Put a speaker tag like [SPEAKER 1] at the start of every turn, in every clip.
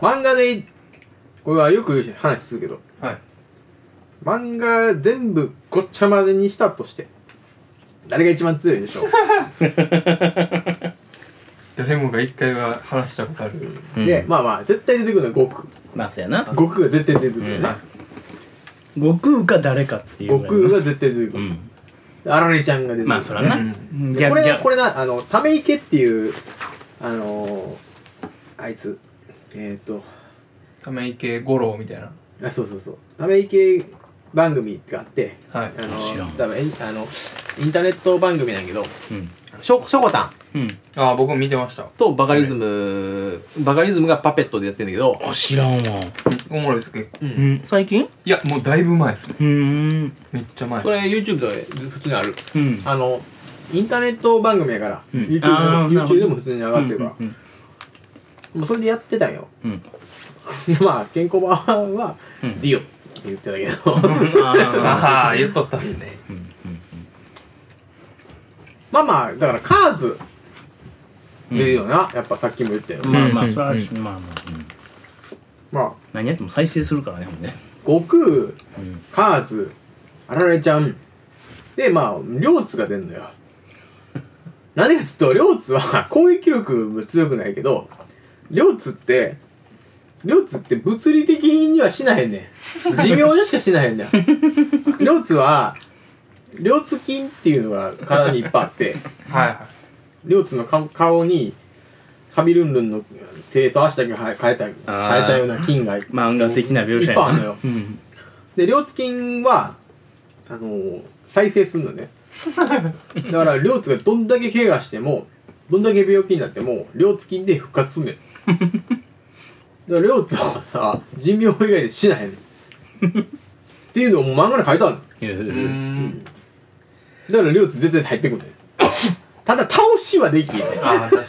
[SPEAKER 1] 漫画で、これはよく話するけど、
[SPEAKER 2] はい
[SPEAKER 1] 漫画全部ごっちゃ混ぜにしたとして、誰が一番強いでしょう
[SPEAKER 2] 誰もが一回は話したことある、
[SPEAKER 3] うん
[SPEAKER 1] で、まあまあ、絶対出てくるのは悟
[SPEAKER 3] まあそうやな
[SPEAKER 1] 空。悟空が絶対出てくるよね。
[SPEAKER 3] 悟空か誰かっていう
[SPEAKER 1] 悟
[SPEAKER 3] ぐらい
[SPEAKER 1] 空が絶対出てく
[SPEAKER 3] う
[SPEAKER 1] る。
[SPEAKER 3] ん
[SPEAKER 1] あられちゃんが出てくる。
[SPEAKER 3] まあそらな、
[SPEAKER 2] う
[SPEAKER 3] うんん、
[SPEAKER 1] でこ
[SPEAKER 3] 逆
[SPEAKER 1] れ、こ
[SPEAKER 3] 逆
[SPEAKER 1] れな、あの、ため池っていう、あのー、あいつ、えっ、ー、と、
[SPEAKER 2] ため池五郎みたいな
[SPEAKER 1] あ、そうそうそう、ため池番組があって、
[SPEAKER 2] はい
[SPEAKER 1] あの
[SPEAKER 3] 知らん
[SPEAKER 1] 多分えんあのインターネット番組なんやけど
[SPEAKER 3] うん
[SPEAKER 1] しょしょこたん
[SPEAKER 3] うん
[SPEAKER 2] ああ僕も見てました
[SPEAKER 1] とバカリズム、バカリズムがパペットでやってんだけど
[SPEAKER 3] あ知らんわ
[SPEAKER 2] おもろいです結構
[SPEAKER 1] う
[SPEAKER 3] うんん最近
[SPEAKER 2] いやもうだいぶ前ですね
[SPEAKER 3] うーん
[SPEAKER 2] めっちゃ前
[SPEAKER 1] それ YouTube とかで普通にある
[SPEAKER 3] うん
[SPEAKER 1] あのインターネット番組やから、
[SPEAKER 3] うん
[SPEAKER 1] YouTube, で
[SPEAKER 3] あ
[SPEAKER 1] も
[SPEAKER 3] ーなるほ
[SPEAKER 1] YouTube
[SPEAKER 3] ど
[SPEAKER 1] でも普通に上がってるから、
[SPEAKER 3] うんうん
[SPEAKER 1] もうそれでやってたんよ
[SPEAKER 3] うん
[SPEAKER 1] でまあ健康版は「
[SPEAKER 3] うん
[SPEAKER 1] ディオ」って言ってたけど
[SPEAKER 3] あ
[SPEAKER 2] ああ言っとったっすね
[SPEAKER 3] ーうんうん
[SPEAKER 1] まあまあだからカーズ出るよな、やっぱさっきも言ったよ、
[SPEAKER 3] うんまあま
[SPEAKER 2] う
[SPEAKER 3] あ
[SPEAKER 2] ん
[SPEAKER 3] それは
[SPEAKER 2] うん
[SPEAKER 3] まあまあうん
[SPEAKER 1] まあ
[SPEAKER 3] 何やっても再生するからねほんで
[SPEAKER 1] 悟空
[SPEAKER 3] うん
[SPEAKER 1] カーズ、あられちゃん。で、まあ、両津が出んの よ。なんでかっつうと、両津は 攻撃力も強くないけど、両津って、両津って物理的にはしなへんねん。寿命でしかしなへんね ん。両津は、両津筋っていうのが体にいっぱいあって、
[SPEAKER 2] はいはい
[SPEAKER 1] 両津の顔顔に、カビルンルンの手と足だけは生えた、生え
[SPEAKER 3] あー
[SPEAKER 1] たような筋が
[SPEAKER 3] 漫画的な描写
[SPEAKER 1] いっぱい
[SPEAKER 3] や
[SPEAKER 1] あんの
[SPEAKER 3] な
[SPEAKER 1] よ
[SPEAKER 3] うん
[SPEAKER 1] で、両津筋は、あのー再生するのね。だから、両津がどんだけ怪我しても、どんだけ病気になっても、両津筋で復活すんねん。だから、両津はさ人命以外で死なへんねん。っていうのをもう漫画に書いてあるの。
[SPEAKER 3] いやいうや
[SPEAKER 2] ー
[SPEAKER 3] いや
[SPEAKER 2] ん
[SPEAKER 1] だから、両津絶対入ってくるねん。ただ、倒しはできんね ん。
[SPEAKER 2] ああ確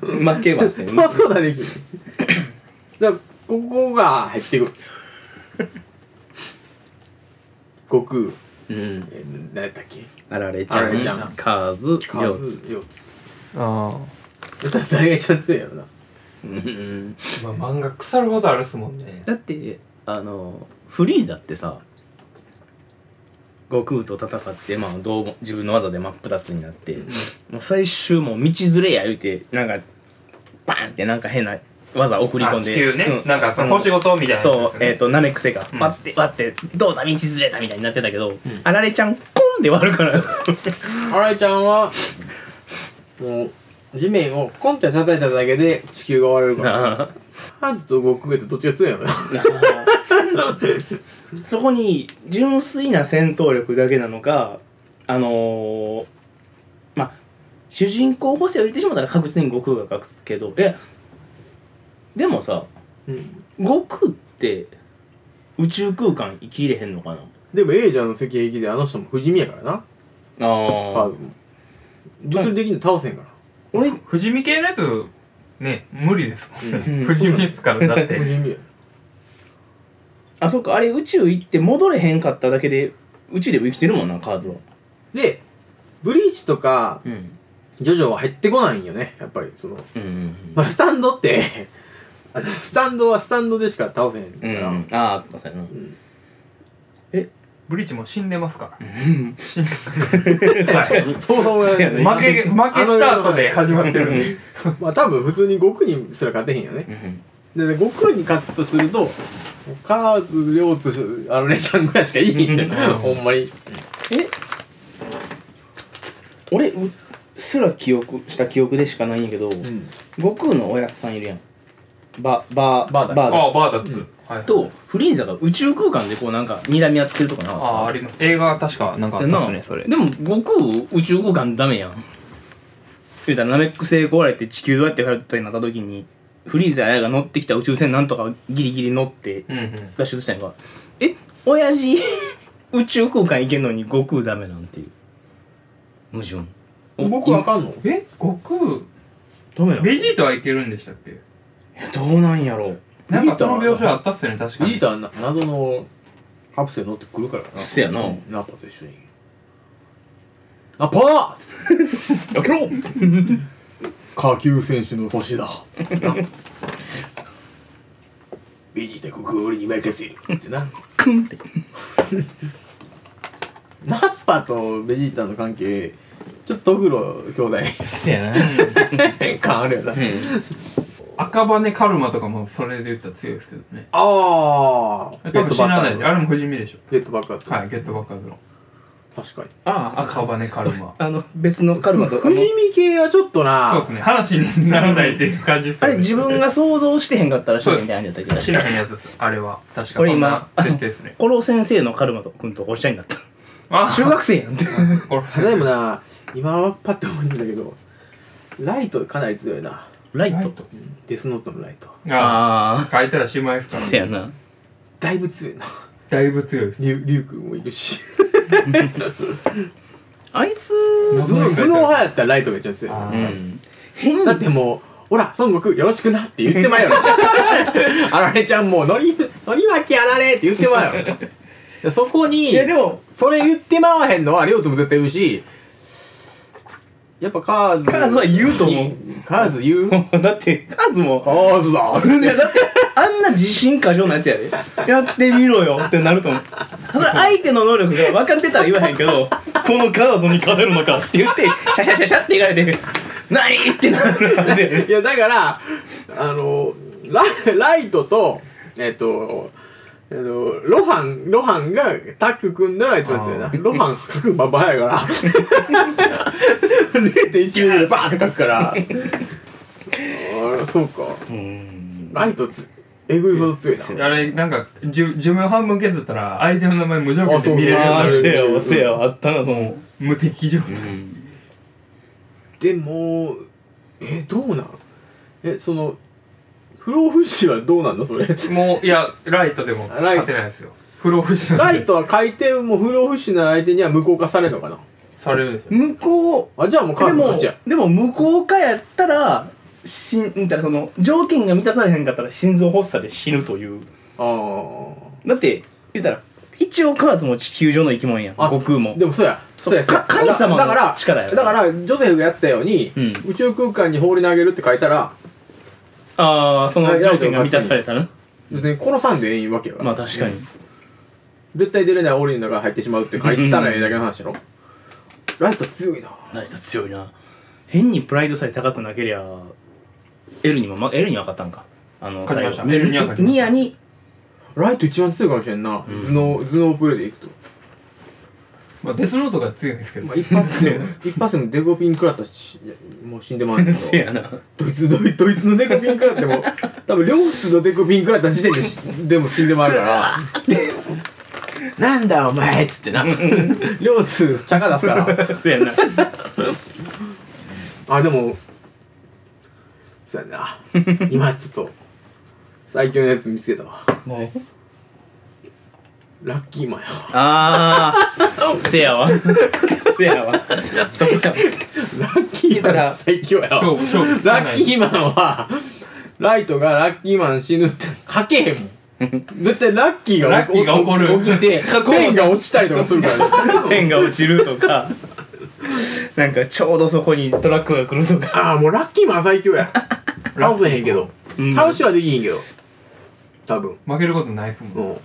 [SPEAKER 2] かに
[SPEAKER 3] 負けはせん
[SPEAKER 1] 倒すことはできんねん。だから、ここが入ってくる。悟空、
[SPEAKER 3] うん
[SPEAKER 1] えー、何やったっけ
[SPEAKER 3] あられち
[SPEAKER 1] あ
[SPEAKER 3] ゃ
[SPEAKER 1] られちゃ
[SPEAKER 3] ん
[SPEAKER 1] ん
[SPEAKER 3] カーズ
[SPEAKER 1] カ
[SPEAKER 3] 両
[SPEAKER 1] ー
[SPEAKER 3] 津
[SPEAKER 1] ズ、両津。
[SPEAKER 2] あ
[SPEAKER 1] だから誰が一番強いやろな。
[SPEAKER 3] うん
[SPEAKER 2] あまあ漫画腐るほどあるっすもんね
[SPEAKER 3] だってあのフリーザってさ悟空と戦って、まあ、どうも自分の技で真っ二つになってもう最終もう道連れや言うてなんかバーンってなんか変な技送り込んで
[SPEAKER 2] あ地球ね、
[SPEAKER 3] うん
[SPEAKER 2] なんかこの星事みたいな、
[SPEAKER 3] そう、えっ、
[SPEAKER 2] と
[SPEAKER 3] となめくせが
[SPEAKER 2] うん
[SPEAKER 3] 割って割ってどうだ道連れだみたいになってたけど、あられちゃんコンで割るか ら
[SPEAKER 1] 新井ちゃんは、もう、地面をコンって叩いただけで地球が割れるから。
[SPEAKER 3] なあ
[SPEAKER 1] ハンズと悟空ってどっちが強いのよ。
[SPEAKER 3] そこに純粋な戦闘力だけなのかあのー、まあ主人公補正を言ってしまったら確実に悟空が勝つけどえでもさ
[SPEAKER 1] うん
[SPEAKER 3] 悟空って宇宙空間生きれへんのかな
[SPEAKER 1] でも、エイジャーの石壁であの人も不死身やからな。
[SPEAKER 3] あ
[SPEAKER 1] あ物理的に倒せんから。
[SPEAKER 3] 俺
[SPEAKER 2] 富士見系のやつね無理ですもんね、
[SPEAKER 3] うん
[SPEAKER 2] 富士見ですからだっ
[SPEAKER 1] 不
[SPEAKER 2] て
[SPEAKER 1] 死身や。
[SPEAKER 3] あそっかあれ宇宙行って戻れへんかっただけで宇宙でも生きてるもんなカーズは
[SPEAKER 1] で、ブリーチとか、
[SPEAKER 3] うん
[SPEAKER 1] ジョジョは入ってこないんよね。やっぱり、その、
[SPEAKER 3] うん
[SPEAKER 1] まあ、スタンドって、 あのスタンドはスタンドでしか倒せへんか
[SPEAKER 3] うんう
[SPEAKER 1] ら。
[SPEAKER 3] んああそうやな
[SPEAKER 1] うん
[SPEAKER 2] ブリーチも死んでますから
[SPEAKER 3] うん
[SPEAKER 2] はい
[SPEAKER 1] そうそう
[SPEAKER 3] そうやね
[SPEAKER 2] 負け、負けスタートで始まってるんで。
[SPEAKER 1] まあ多分普通に悟空にすら勝てへんよね。
[SPEAKER 3] うん
[SPEAKER 1] で、で悟空に勝つとすると、カーズ、両津、あのレちゃんぐらいしかいいんだよ。ほんまに。
[SPEAKER 3] え俺うすら記憶した記憶でしかないんやけど、
[SPEAKER 1] うん。
[SPEAKER 3] 悟空のおやつさんいるやんババ
[SPEAKER 1] バーダ
[SPEAKER 3] バ
[SPEAKER 2] あ
[SPEAKER 3] ーダ
[SPEAKER 2] あ、バーだって
[SPEAKER 1] うん。
[SPEAKER 2] はい。
[SPEAKER 3] とフリーザが宇宙空間でこうなんか睨み合ってるとかな
[SPEAKER 2] あ
[SPEAKER 3] か
[SPEAKER 2] あ、あります。映画は確かなんかあ
[SPEAKER 3] った
[SPEAKER 2] っ
[SPEAKER 3] な
[SPEAKER 2] たっすね、それ。
[SPEAKER 3] でも悟空宇宙空間ダメやん言うたらナメック星壊れて地球どうやって帰るってなった時にフリーザやが乗ってきた宇宙船なんとかギリギリ乗って
[SPEAKER 2] うんうん。
[SPEAKER 3] 脱出したんやんかえ親父 宇宙空間行けんのに悟空ダメなんていう矛盾
[SPEAKER 1] 動くわかんの
[SPEAKER 2] え、悟空、
[SPEAKER 3] ダメなの
[SPEAKER 2] ベジータはいけるんでしたっけ
[SPEAKER 3] いやどうなんやろう
[SPEAKER 2] なんかその描写あったっすよね、確か
[SPEAKER 1] リ
[SPEAKER 2] に
[SPEAKER 1] ー。タはな謎のカプセル乗ってくるからな。
[SPEAKER 3] せやな
[SPEAKER 1] ナパと一緒に。ナパー
[SPEAKER 3] やけろ
[SPEAKER 1] 下級選手の星だ。ビジータここは俺に任せるってな
[SPEAKER 3] クンって
[SPEAKER 1] ナッパとベジータの関係ちょっとトグロ兄弟
[SPEAKER 2] そう やな
[SPEAKER 1] 感あるよな、
[SPEAKER 2] 赤羽カルマとかもそれで言ったら強いですけどね
[SPEAKER 1] ああ
[SPEAKER 2] 多分知らないで
[SPEAKER 1] ゲ
[SPEAKER 2] あれも不死身でしょ
[SPEAKER 1] ットバックアップ、
[SPEAKER 2] はいゲットバッカーズの
[SPEAKER 1] 確かに
[SPEAKER 3] あ あ
[SPEAKER 2] 赤羽カルマ
[SPEAKER 3] あの別のカルマとあ
[SPEAKER 1] 不
[SPEAKER 3] の
[SPEAKER 1] 死身系はちょっとな
[SPEAKER 2] そうですね話にならないっていう感じです
[SPEAKER 3] あ
[SPEAKER 2] よね
[SPEAKER 3] れ 自分が想像してへんかったらしいみたいなやつだけど
[SPEAKER 2] 知らへんやつですあれは確か
[SPEAKER 3] これ
[SPEAKER 2] そんな
[SPEAKER 3] 今あの
[SPEAKER 2] 設定ですね
[SPEAKER 3] コロ先生のカルマと君とご一緒になった
[SPEAKER 2] あ
[SPEAKER 3] 中学生やんって
[SPEAKER 2] こ
[SPEAKER 1] ただでもな今はパッて思うんだけどライトかなり強いな
[SPEAKER 3] ラ
[SPEAKER 2] れ
[SPEAKER 3] イト
[SPEAKER 1] デスノートのライト
[SPEAKER 2] ああ
[SPEAKER 3] あ
[SPEAKER 2] 書いたらしまいで
[SPEAKER 3] あ
[SPEAKER 2] す
[SPEAKER 3] せ
[SPEAKER 2] から
[SPEAKER 3] やな
[SPEAKER 1] だいぶ強いな
[SPEAKER 2] だいぶ強いです
[SPEAKER 1] リュリュウ君もいるし
[SPEAKER 3] あいつ
[SPEAKER 1] 頭
[SPEAKER 2] 謎
[SPEAKER 1] 脳
[SPEAKER 2] に書いてある
[SPEAKER 1] 頭脳派やったらライトが一番強い
[SPEAKER 2] あ
[SPEAKER 3] う
[SPEAKER 2] ー
[SPEAKER 3] ん変
[SPEAKER 1] だ
[SPEAKER 3] な
[SPEAKER 1] ってもうほら孫悟空よろしくなって言って まえよあられちゃんもうのりのり巻きあられって言ってまえ よそこに
[SPEAKER 3] いやでも
[SPEAKER 1] それ言ってまわへんのはりょうつも絶対言うしやっぱカーズ
[SPEAKER 3] カーズは言うと思
[SPEAKER 1] カーズ言 う
[SPEAKER 3] う だってカズも
[SPEAKER 1] カーズだ
[SPEAKER 3] いやだってあんな自信過剰なやつやでやってみろよってなると思うそれ相手の能力が分かってたら言わへんけどこのカードに勝てるのかって言ってシャシャシャシャっていかれて何ってなるはずやで
[SPEAKER 1] いやだからあのラライトとえっとあのロハンロハンがタッグ組んだら一番強いな
[SPEAKER 2] あ
[SPEAKER 1] ロハン書くまばやから 0.1秒でバーンって書くからあらそうか
[SPEAKER 3] うん
[SPEAKER 1] ライトつえぐいほど強いな
[SPEAKER 2] あれなんかじゅ寿命半分削ったら相手の名前無条件で見れるように
[SPEAKER 3] あ
[SPEAKER 2] な
[SPEAKER 3] あ
[SPEAKER 2] る
[SPEAKER 3] せやわせやわあったなその
[SPEAKER 2] 無敵状
[SPEAKER 3] う
[SPEAKER 2] 態
[SPEAKER 3] ん
[SPEAKER 1] でもえどうなんえその不老不死はどうなんだそれ
[SPEAKER 2] もういやライトでも
[SPEAKER 1] ライト
[SPEAKER 2] 勝てないですよ不老不死なん
[SPEAKER 1] ラ
[SPEAKER 2] で
[SPEAKER 1] イトは回転も不老不死の相手には無効化されるのかな
[SPEAKER 2] されるでしょ
[SPEAKER 3] 向こ
[SPEAKER 1] あじゃあもう
[SPEAKER 3] う
[SPEAKER 1] カー
[SPEAKER 3] で
[SPEAKER 1] ズの
[SPEAKER 3] も
[SPEAKER 1] 勝ちや
[SPEAKER 3] でも向こうかやったら死んだからその条件が満たされへんかったら心臓発作で死ぬという
[SPEAKER 1] あ
[SPEAKER 3] だって言ったら一応カーズも地球上の生き物やん
[SPEAKER 1] あ
[SPEAKER 3] 悟空も
[SPEAKER 1] あでもそうや
[SPEAKER 3] そ
[SPEAKER 1] そううや
[SPEAKER 3] か神様の
[SPEAKER 1] だから
[SPEAKER 3] 力や
[SPEAKER 1] だからジョセフがやったように、
[SPEAKER 3] うん
[SPEAKER 1] 宇宙空間に放り投げるって書いたら
[SPEAKER 3] ああそ
[SPEAKER 1] あ
[SPEAKER 3] の
[SPEAKER 1] いや
[SPEAKER 3] 条件が満たされたら
[SPEAKER 1] 別に殺さんでええんわけやから、
[SPEAKER 3] まあ確かに
[SPEAKER 1] 絶対出れない檻の中に入ってしまうって書いたらええだけの話やろライト強いな
[SPEAKER 3] 成田強いな変にプライドさえ高くなけりゃ L にも、ま、L には勝ったんかあの
[SPEAKER 2] 勝ちました
[SPEAKER 3] 最後
[SPEAKER 2] L には勝ちました
[SPEAKER 3] ニヤに
[SPEAKER 1] ライト一番強いかもしれんな、
[SPEAKER 3] うん
[SPEAKER 1] 頭脳頭脳プレイでいくと、
[SPEAKER 2] まあデスノートが強いんですけど
[SPEAKER 1] まあ、一発
[SPEAKER 3] そう
[SPEAKER 1] で一発でもデコピン食らったしもう死んでまう ねん
[SPEAKER 3] せ
[SPEAKER 1] け
[SPEAKER 3] やな
[SPEAKER 1] どドイツドイドイツのデコピン食らっても多分両津のデコピン食らった時点でしでも死んでまうからなんだお前っつってな両津茶化出すから
[SPEAKER 3] せやな
[SPEAKER 1] あでもそうやな今ちょっと最強のやつ見つけたわラッキーマンやわ
[SPEAKER 3] ああせやわせやわそうやわ
[SPEAKER 1] ラッキーマン最強やわ
[SPEAKER 2] 勝負勝負つかな
[SPEAKER 1] ラッ
[SPEAKER 2] い
[SPEAKER 1] キーマンはライトがラッキーマン死ぬって書けへんもん絶対ラッキーが
[SPEAKER 2] ラッキーが怒る
[SPEAKER 1] 起き てペンが落ちたりとかするからね
[SPEAKER 3] ペンが落ちるとかなんかちょうどそこにトラックが来るとか
[SPEAKER 1] ああもうラッキーマン最強や倒せへんけど
[SPEAKER 3] うん
[SPEAKER 1] 倒しはできへんけど多分
[SPEAKER 2] 負けることないですもん
[SPEAKER 1] も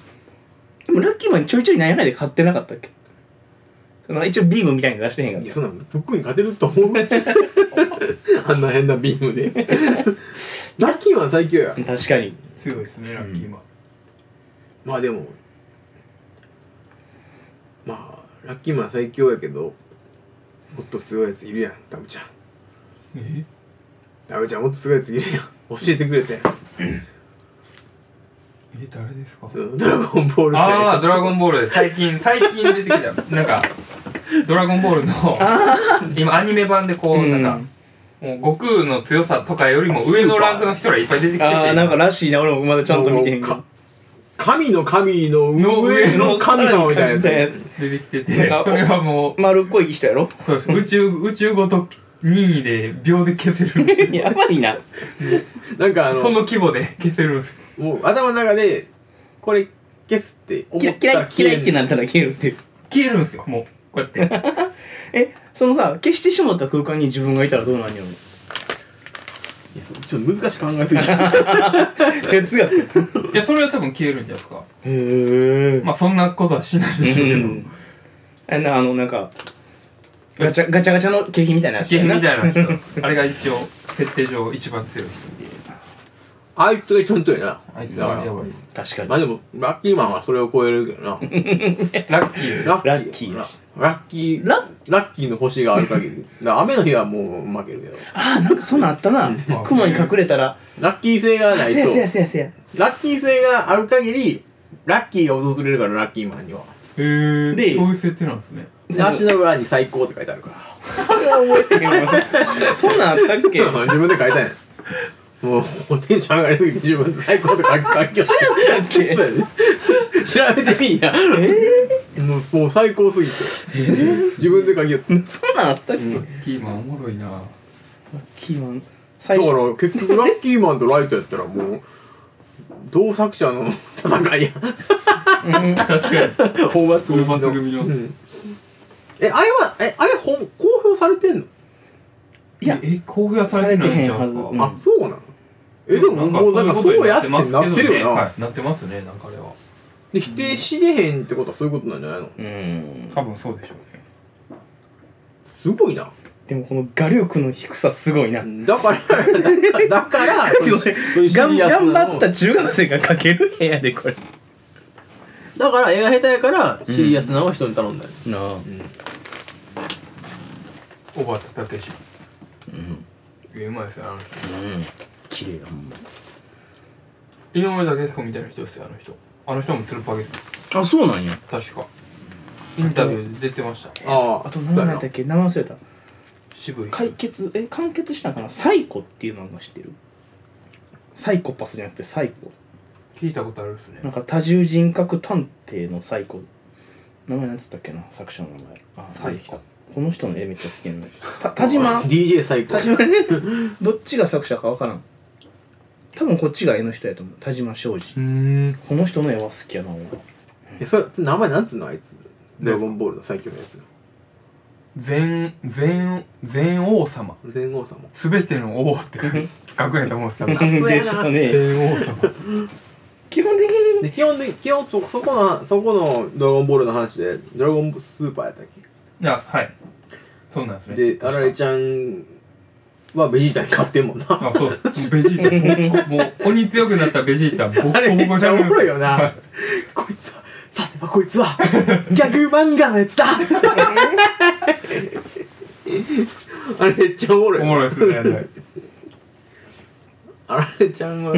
[SPEAKER 3] でもラッキーマンちょいちょい何やかんやで買ってなかったっけその一応ビームみたいなの出してへんか
[SPEAKER 1] うい
[SPEAKER 3] っ
[SPEAKER 1] やそんなん僕に勝てると 思うあんな変なビームでラッキーマン最強や
[SPEAKER 3] た確かに
[SPEAKER 2] 強いですねラッキーマン
[SPEAKER 1] まあでもまあラッキーマン最強やけどもっとすごいやついるやんダムちゃん
[SPEAKER 2] え
[SPEAKER 1] ダメちゃんもっとすごいやついるやん教えてくれて
[SPEAKER 2] え誰ですか
[SPEAKER 1] うんドラゴンボールみたい
[SPEAKER 2] あ
[SPEAKER 1] な
[SPEAKER 2] あドラゴンボールです最近最近出てきたなんかドラゴンボールの今アニメ版でこうなんかもう悟空の強さとかよりも上のランクの人らいっぱい出てきてて
[SPEAKER 3] ああなんからしいな俺もまだちゃんと見てへんけ
[SPEAKER 1] もう
[SPEAKER 3] ど
[SPEAKER 1] か神の神の上の神様みたいなやつ
[SPEAKER 2] 出てきて
[SPEAKER 3] な
[SPEAKER 2] て
[SPEAKER 3] んか
[SPEAKER 2] それはもう
[SPEAKER 3] 丸っこい人やろ
[SPEAKER 2] そうです宇宙宇宙ごと任意で秒で消せるん です
[SPEAKER 3] やばいな
[SPEAKER 1] なんかあ
[SPEAKER 2] よそ
[SPEAKER 1] の
[SPEAKER 2] の規模で消せるんですよ
[SPEAKER 1] もう頭の中でこれ消すって思
[SPEAKER 3] 嫌
[SPEAKER 1] っ
[SPEAKER 3] い
[SPEAKER 1] た
[SPEAKER 3] 嫌
[SPEAKER 1] ら
[SPEAKER 3] い嫌いってな
[SPEAKER 1] る
[SPEAKER 3] ったら消えるっていう
[SPEAKER 2] 消えるんですよもうこうやって
[SPEAKER 3] えそのさ消してしまった空間に自分がいたらどうなんや
[SPEAKER 1] い
[SPEAKER 3] ろ
[SPEAKER 1] やそうちょっと難しく考えすぎた
[SPEAKER 3] 哲学
[SPEAKER 2] いやそれは多分消えるんじゃないですか
[SPEAKER 3] へえ
[SPEAKER 2] まあそんなことはしないでしょうけど、
[SPEAKER 3] あのあのなんかガチャガチャガチャの景品みたいなやつ
[SPEAKER 2] 消えるみた
[SPEAKER 3] い
[SPEAKER 2] いな人あれが一応設定上一番強い
[SPEAKER 1] あいつがちゃんとやな
[SPEAKER 2] あいつはやばい
[SPEAKER 3] 確かに
[SPEAKER 1] まあでもラッキーマンはそれを超えるけどな
[SPEAKER 2] ラッキー
[SPEAKER 1] ラ
[SPEAKER 3] ラッキー
[SPEAKER 1] な
[SPEAKER 3] や
[SPEAKER 1] ラッキー
[SPEAKER 3] ラ
[SPEAKER 1] ラッキーの星がある限りな雨の日はもう負けるけど
[SPEAKER 3] あーなんかそんなんあったな 雲に隠れたら
[SPEAKER 1] ラッキー性が
[SPEAKER 3] あ
[SPEAKER 1] ない
[SPEAKER 3] せやせや
[SPEAKER 1] と
[SPEAKER 3] せやせや
[SPEAKER 1] ラッキー性がある限りラッキーが訪れるからラッキーマンには
[SPEAKER 2] へえ
[SPEAKER 3] で
[SPEAKER 2] そういう設定なんですね
[SPEAKER 1] で足の裏に最高って書いてあるから
[SPEAKER 3] それは覚えてへ んわそんなんあったっけ
[SPEAKER 1] うん自分で書いたんやもうテンション上がりすぎて自分で最高とか書きよ
[SPEAKER 3] そうやった っけ
[SPEAKER 1] そうやね調べてみんやもうもう最高すぎて自分で書きよった
[SPEAKER 3] そんなんあったっけ、
[SPEAKER 2] ラッキーマンおもろいな
[SPEAKER 3] キーマン最
[SPEAKER 1] だか
[SPEAKER 3] 初
[SPEAKER 1] ら結局ラッキーマンとライトやったらもう同作者の戦いや
[SPEAKER 3] う
[SPEAKER 2] 確かに
[SPEAKER 3] ん
[SPEAKER 1] 大罰組
[SPEAKER 2] 大罰組の
[SPEAKER 1] うんえあれはえあれ本公表されてんの、
[SPEAKER 3] いや
[SPEAKER 2] え公表はされてないんちゃう
[SPEAKER 3] されてへんはず
[SPEAKER 2] ん
[SPEAKER 3] うん
[SPEAKER 2] か
[SPEAKER 1] あそうなのえでももうなんかそうやってなってるよな、
[SPEAKER 2] はいなってますねなんかあれは
[SPEAKER 1] で否定しれへんってことはそういうことなんじゃないの
[SPEAKER 3] うん
[SPEAKER 2] 多分そうでしょうね
[SPEAKER 1] すごいな
[SPEAKER 3] でもこの画力の低さすごいな、
[SPEAKER 1] だからだ から
[SPEAKER 3] でも頑頑張った中学生が描ける部屋でこれ
[SPEAKER 1] だから絵が下手やからシリアスなのは人に頼んだよ、
[SPEAKER 3] なあ
[SPEAKER 2] 小畑武史
[SPEAKER 3] うん
[SPEAKER 2] いやうまいですよあの人
[SPEAKER 3] 綺麗だほんま
[SPEAKER 2] 井上武彦みたいな人ですよあの人あの人もつるっぱげです
[SPEAKER 3] あそうなんや
[SPEAKER 2] 確かインタビューで出てました
[SPEAKER 1] ああ
[SPEAKER 3] あと何だったっけ名前忘れた
[SPEAKER 2] 渋い人
[SPEAKER 3] 解決え完結したんかなサイコっていう漫画知ってるサイコパスじゃなくてサイコ
[SPEAKER 2] 聞いたことあるですね
[SPEAKER 3] なんか多重人格探偵のサイコ名前なんつったっけな作者の名前あ
[SPEAKER 2] サイコ
[SPEAKER 3] 出てきたこの人の絵めっちゃ好きなんだけどた田島
[SPEAKER 1] DJ 最高
[SPEAKER 3] 田島ねどっちが作者かわからん多分こっちが絵の人やと思う田島庄司
[SPEAKER 2] うん
[SPEAKER 3] この人の絵は好きやな俺
[SPEAKER 1] えそれ名前なんつうのあいつドラゴンボールの最強のやつ
[SPEAKER 2] 全全全王様
[SPEAKER 1] 全王様
[SPEAKER 2] すべての王って学園と思ってた
[SPEAKER 1] 雑やな
[SPEAKER 3] でしょうね
[SPEAKER 2] 全王様
[SPEAKER 3] 基本的に
[SPEAKER 1] で基本的に基本そそこのそこのドラゴンボールの話でドラゴンスーパーやったっ
[SPEAKER 2] いやはいそうなんです
[SPEAKER 1] け
[SPEAKER 2] ね
[SPEAKER 1] であられちゃんはベジータに勝ってんもんな
[SPEAKER 2] あそうベジータもうもう鬼強くなったベジ ータボ
[SPEAKER 1] あれ
[SPEAKER 2] ッコ
[SPEAKER 1] め
[SPEAKER 2] ボコ
[SPEAKER 1] っ
[SPEAKER 2] に
[SPEAKER 1] ち
[SPEAKER 2] ゃ
[SPEAKER 1] ゃお
[SPEAKER 2] べ
[SPEAKER 1] もろい
[SPEAKER 2] る
[SPEAKER 1] よな こいつはさてはこいつはギャグ漫画のやつだ あれめっちゃおもろい
[SPEAKER 2] おもろいですねあれ
[SPEAKER 1] あられちゃんは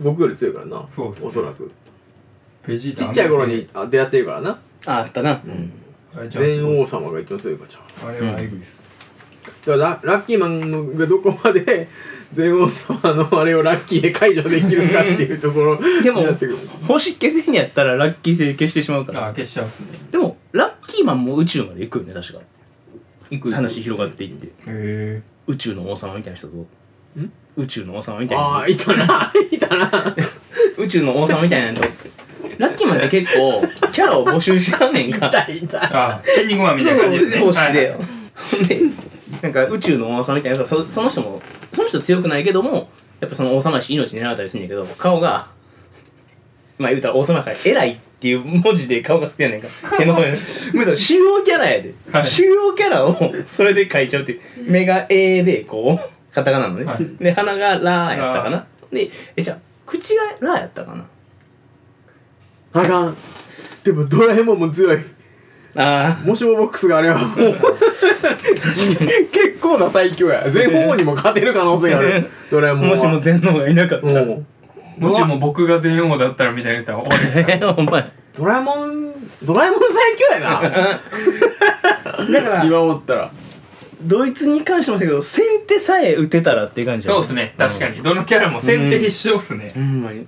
[SPEAKER 1] 僕より強いからな
[SPEAKER 2] そうですね
[SPEAKER 1] おそらく
[SPEAKER 2] ベジー
[SPEAKER 1] ち
[SPEAKER 2] タ
[SPEAKER 1] っちゃい頃にあ出会ってるからな
[SPEAKER 3] ああったな、うん、
[SPEAKER 2] あれちゃん
[SPEAKER 1] 全王様が一番強いからちゃう
[SPEAKER 2] あれはエグいっす
[SPEAKER 1] だからララッキーマンがどこまで 全王様のあれをラッキーで解除できるかっていうところ
[SPEAKER 3] でも
[SPEAKER 1] になってくる
[SPEAKER 3] 星消せんやったらラッキー星消してしまうから
[SPEAKER 2] あ消しちゃうっすね
[SPEAKER 3] でもラッキーマンも宇宙まで行くよね確か
[SPEAKER 1] いく
[SPEAKER 3] 話広がっていって
[SPEAKER 2] へえ
[SPEAKER 3] 宇宙の王様みたいな人と
[SPEAKER 1] ん
[SPEAKER 3] 宇宙の王様みたい
[SPEAKER 1] あ
[SPEAKER 3] な
[SPEAKER 1] あいたない たな
[SPEAKER 3] 宇宙の王様みたいな人ラッキーマンって結構キャラを募集しはん ねんか
[SPEAKER 1] いたいた
[SPEAKER 2] あ筋肉マンみたいな感じですね
[SPEAKER 3] 方式
[SPEAKER 2] はい
[SPEAKER 3] でほんでなんか宇宙の王様みたいな人そその人もその人強くないけどもやっぱその王様やし命狙われたりするんやけど顔がまあ言うたら王様やから偉いっていう文字で顔が好きやねんか絵の方やねんむしろ主要キャラやで、
[SPEAKER 2] はい
[SPEAKER 3] 主要キャラをそれで描いちゃうっていう目が A でこうカタカナのね、
[SPEAKER 2] はい
[SPEAKER 3] で鼻がラーやったかなでえじゃあ口がラーやったかな
[SPEAKER 1] あかんでもドラえもんも強い
[SPEAKER 3] ああ
[SPEAKER 1] もしもボックスがあれば もう結構な最強や全王にも勝てる可能性があるドラえもんは
[SPEAKER 3] もしも全能がいなかったら
[SPEAKER 1] うん
[SPEAKER 2] もしも僕が全王だったらみたいな言ったら終わりですから
[SPEAKER 3] えお前
[SPEAKER 1] ドラえもんドラえもん最強や
[SPEAKER 3] だから
[SPEAKER 1] な今思ったら
[SPEAKER 3] ドイツに関してもそうやけど先手さえ打てたらっていう感じや
[SPEAKER 2] そ
[SPEAKER 3] ね
[SPEAKER 2] うですね確かにどのキャラも先手必勝っすね
[SPEAKER 3] ほんまに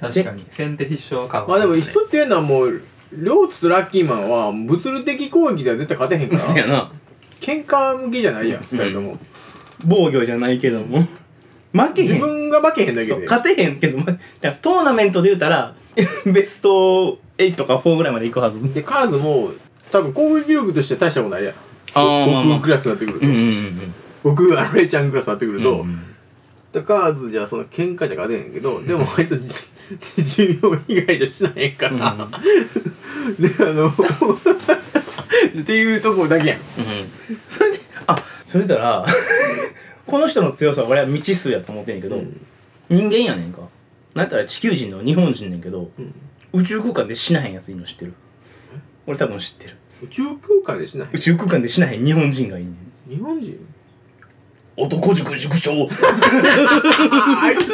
[SPEAKER 2] 確かに先手必勝感
[SPEAKER 1] まあでも一つ言えるのはもう両津とラッキーマンは物理的攻撃では絶対勝てへんか
[SPEAKER 3] そや
[SPEAKER 1] ら
[SPEAKER 3] な
[SPEAKER 1] 喧嘩向きじゃないやん二人とも
[SPEAKER 3] 防御じゃないけども負け
[SPEAKER 1] 自
[SPEAKER 3] へん
[SPEAKER 1] 分が負けへんだけ
[SPEAKER 3] そう
[SPEAKER 1] で
[SPEAKER 3] 勝てへんけどもだからトーナメントで言うたら ベスト8か4ぐらいまで行くはず
[SPEAKER 1] でカーズも多分攻撃力として大したことないやん
[SPEAKER 3] あーまあまあ
[SPEAKER 1] 僕クラスになってくる
[SPEAKER 3] う
[SPEAKER 1] と
[SPEAKER 3] んうんうん
[SPEAKER 1] 僕アロエちゃんクラスになってくると、
[SPEAKER 3] うん
[SPEAKER 1] 高津じゃその喧嘩じゃが出へんけど、でもあいつじ寿命以外じゃしないから、
[SPEAKER 3] うん
[SPEAKER 1] であの っていうとこだけやん
[SPEAKER 3] それであそれたら この人の強さは俺は未知数やと思ってんやけど、
[SPEAKER 1] うん
[SPEAKER 3] 人間やねんかなんやったら地球人の日本人ねんけど、
[SPEAKER 1] ん
[SPEAKER 3] 宇宙空間で死なへんやついんの知ってる俺多分知ってる
[SPEAKER 1] 宇宙空間でしない
[SPEAKER 3] 宇宙空間で死なへん日本人がいんねん
[SPEAKER 1] 日本人
[SPEAKER 3] 男塾塾長
[SPEAKER 1] ああいつ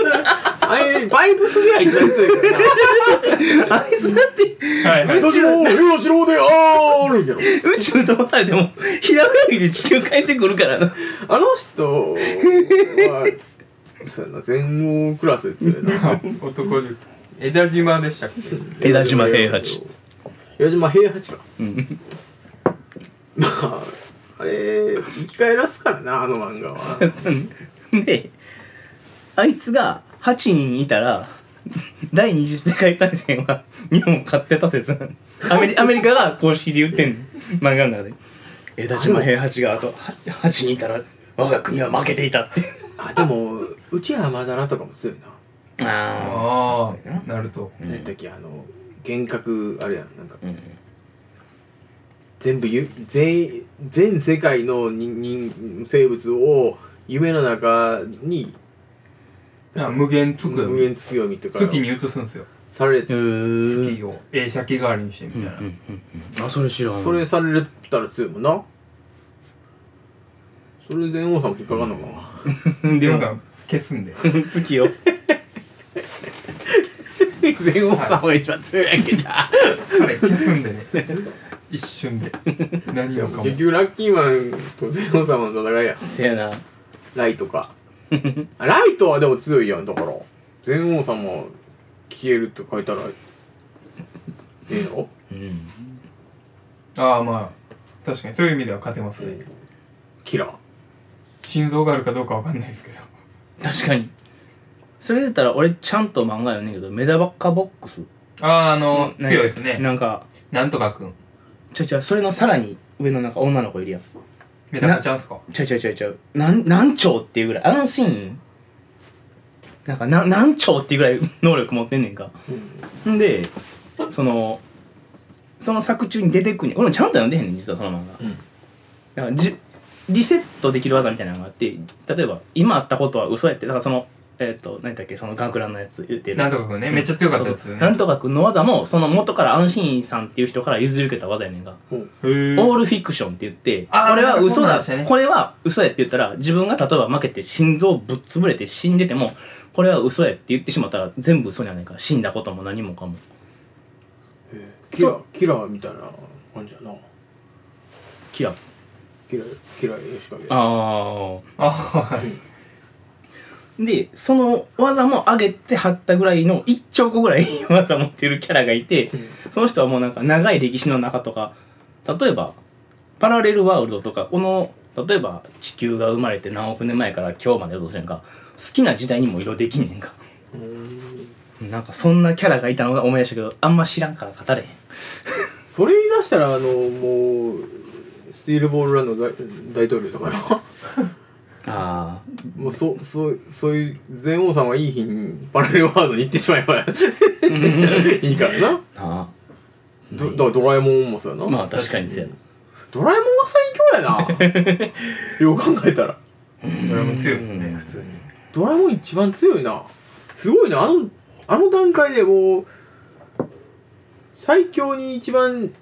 [SPEAKER 1] あれバイブスでは一番強いからな
[SPEAKER 3] あいつだって
[SPEAKER 2] はいはい。
[SPEAKER 1] 私も両城であるけど
[SPEAKER 3] 宇宙飛ばされても平泳ぎで地球帰ってくるからな
[SPEAKER 1] あの人はそうやな全王クラスで強いな
[SPEAKER 2] 男塾。枝島でしたっけ
[SPEAKER 3] 枝島平八
[SPEAKER 1] 枝島平八か
[SPEAKER 3] うん
[SPEAKER 1] まああれ生き返らすからなあの漫画 は
[SPEAKER 3] であいつが8人いたら第二次世界大戦は日本勝ってた説アメリアメリカが公式で言ってんの漫画の中で枝島平八があと 8, 8人いたら我が国は負けていたって
[SPEAKER 1] あでも内山だなとかも強いな
[SPEAKER 3] あ
[SPEAKER 2] ああ、なると。
[SPEAKER 3] うん
[SPEAKER 1] 何やったっけあの幻覚あるやんなんか
[SPEAKER 3] うん
[SPEAKER 1] 全部ゆ全全世界の人人生物を夢の中に
[SPEAKER 2] あ無限つく
[SPEAKER 1] 無
[SPEAKER 2] よ。
[SPEAKER 1] 限つくようにとか
[SPEAKER 2] 月に移すんですよ。
[SPEAKER 1] され
[SPEAKER 3] う
[SPEAKER 1] て
[SPEAKER 3] ー
[SPEAKER 2] 月を映写機代わりにしてみたいな。
[SPEAKER 3] あそれ知らん
[SPEAKER 1] それされたら強いもんなそれで王さんも引っかかんのかな
[SPEAKER 2] で
[SPEAKER 3] で
[SPEAKER 2] も
[SPEAKER 3] も
[SPEAKER 2] さ、消すんで。
[SPEAKER 3] 月を
[SPEAKER 1] 全王さんが一番強いやんけじゃ
[SPEAKER 2] 彼消すんでね。一瞬で。何をかも。
[SPEAKER 1] 結局ラッキーマンと全王様の戦いやん
[SPEAKER 3] せやな
[SPEAKER 1] ライトかあライトはでも強いやんだから全王様消えるって書いたらええの
[SPEAKER 3] うん
[SPEAKER 2] ああ、まあ、確かにそういう意味では勝てますね。
[SPEAKER 1] キラー
[SPEAKER 2] 心臓があるかどうかわかんないですけど。
[SPEAKER 3] 確かにそれで言ったら俺ちゃんと漫画読んねんけどメダバッカボックス
[SPEAKER 2] ああ、あの、
[SPEAKER 3] なんか
[SPEAKER 2] 強いですね。
[SPEAKER 3] なんか
[SPEAKER 2] なんとかくん。
[SPEAKER 3] ちゃうちゃうそれのさらに上のなんか女の子いるやん
[SPEAKER 2] メダカちゃうんすか
[SPEAKER 3] ちゃうちゃうちゃうちゃうなん何兆っていうぐらいあのシーンなんかな何兆っていうぐらい能力持ってんねんかんでそのその作中に出てくんねん俺もちゃんと読んでへんねん実はその漫画
[SPEAKER 1] うん
[SPEAKER 3] だからじリセットできる技みたいなのがあって例えば今あったことは嘘やってだからそのえっ、と何だっけそのガンクランのやつ言ってる
[SPEAKER 2] なんとかくんね。めっちゃ強かったやつ
[SPEAKER 3] そう
[SPEAKER 2] よ
[SPEAKER 3] なん
[SPEAKER 2] ね。
[SPEAKER 3] とかくんの技もその元から安心さんっていう人から譲り受けた技やねんが、
[SPEAKER 1] うん
[SPEAKER 2] へー
[SPEAKER 3] オールフィクションって言って
[SPEAKER 2] あー
[SPEAKER 3] これは嘘
[SPEAKER 2] なん
[SPEAKER 3] だ、
[SPEAKER 2] かそうなんでしたね
[SPEAKER 3] これは嘘やって言ったら自分が例えば負けて心臓ぶっ潰れて死んでてもこれは嘘やって言ってしまったら全部嘘にはねんから死んだことも何もかも
[SPEAKER 1] えーキラーキラーみたいな感じやな
[SPEAKER 3] キラ
[SPEAKER 1] キラーキラーしか
[SPEAKER 3] ああ
[SPEAKER 2] あはい。
[SPEAKER 3] でその技も上げてはったぐらいの1兆個ぐらい技持ってるキャラがいてその人はもうなんか長い歴史の中とか例えばパラレルワールドとかこの例えば地球が生まれて何億年前から今日までだとするやんか好きな時代にも色できんねんか
[SPEAKER 1] うん
[SPEAKER 3] なんかそんなキャラがいたのが思い出したけどあんま知らんから語れへん
[SPEAKER 1] それ言い出したらあのもうスティールボールランド大大統領とか な
[SPEAKER 3] あ
[SPEAKER 1] もうそそうそういう全王さんはいい日にパラレルワールドに行ってしまえ ばいいからな
[SPEAKER 3] あな
[SPEAKER 1] どだからドラえもんもそうや
[SPEAKER 3] あ
[SPEAKER 1] な、
[SPEAKER 3] まあ確かにそうやな
[SPEAKER 1] ドラえもんが最強や なよく考えたら
[SPEAKER 2] ドラム強いですね、普通に。
[SPEAKER 1] ドラえもん一番強いなすごいなあのあの段階でもう最強に一番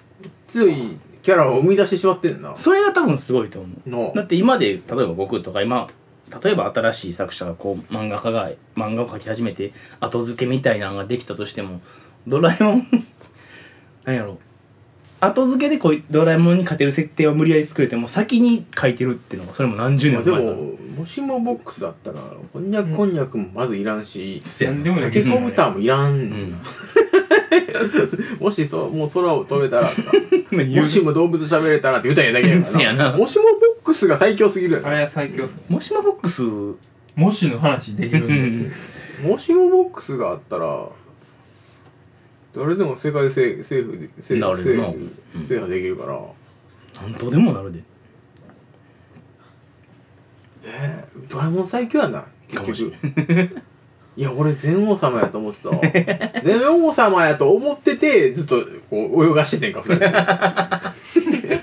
[SPEAKER 1] 強いキャラを生み出してしまってんな
[SPEAKER 3] それが多分すごいと思う
[SPEAKER 1] の
[SPEAKER 3] だって今で例えば僕とか今例えば新しい作者がこう漫画家が漫画を描き始めて後付けみたいなのができたとしてもドラえもん なんやろ後付けでこうドラえもんに勝てる設定を無理やり作れても先に書いてるっていうのがそれも何十
[SPEAKER 1] まあで
[SPEAKER 3] 年も前
[SPEAKER 1] も
[SPEAKER 3] だ
[SPEAKER 1] もしもボックスだったらこんにゃくこんにゃくもまずいらんし
[SPEAKER 3] せや
[SPEAKER 2] 何
[SPEAKER 3] な
[SPEAKER 2] でもでき
[SPEAKER 1] 竹
[SPEAKER 2] る
[SPEAKER 1] 子
[SPEAKER 2] もんね
[SPEAKER 1] 豚もいらん、
[SPEAKER 3] うん
[SPEAKER 1] もしそもう空を飛べたら
[SPEAKER 3] も
[SPEAKER 1] もし
[SPEAKER 3] し
[SPEAKER 1] も動物喋れたらって歌やだけ やか
[SPEAKER 3] せ
[SPEAKER 1] ら
[SPEAKER 3] やな
[SPEAKER 1] もしもボックスが最強すぎるやん
[SPEAKER 2] あれは最強っすね。
[SPEAKER 3] もしもボックスう
[SPEAKER 2] もしの話できるんで。
[SPEAKER 3] ん
[SPEAKER 1] もしもボックスがあったら誰でも世界政政府で政府
[SPEAKER 3] なるよな
[SPEAKER 1] 政府制覇できるから、
[SPEAKER 3] 何とでもなるで
[SPEAKER 1] えー、ドラえもん最強やな
[SPEAKER 3] かも
[SPEAKER 1] 結
[SPEAKER 3] し
[SPEAKER 1] 局いや俺全王様やと思ってたわ 全王様やと思っててずっとこう泳がしててんか 二人で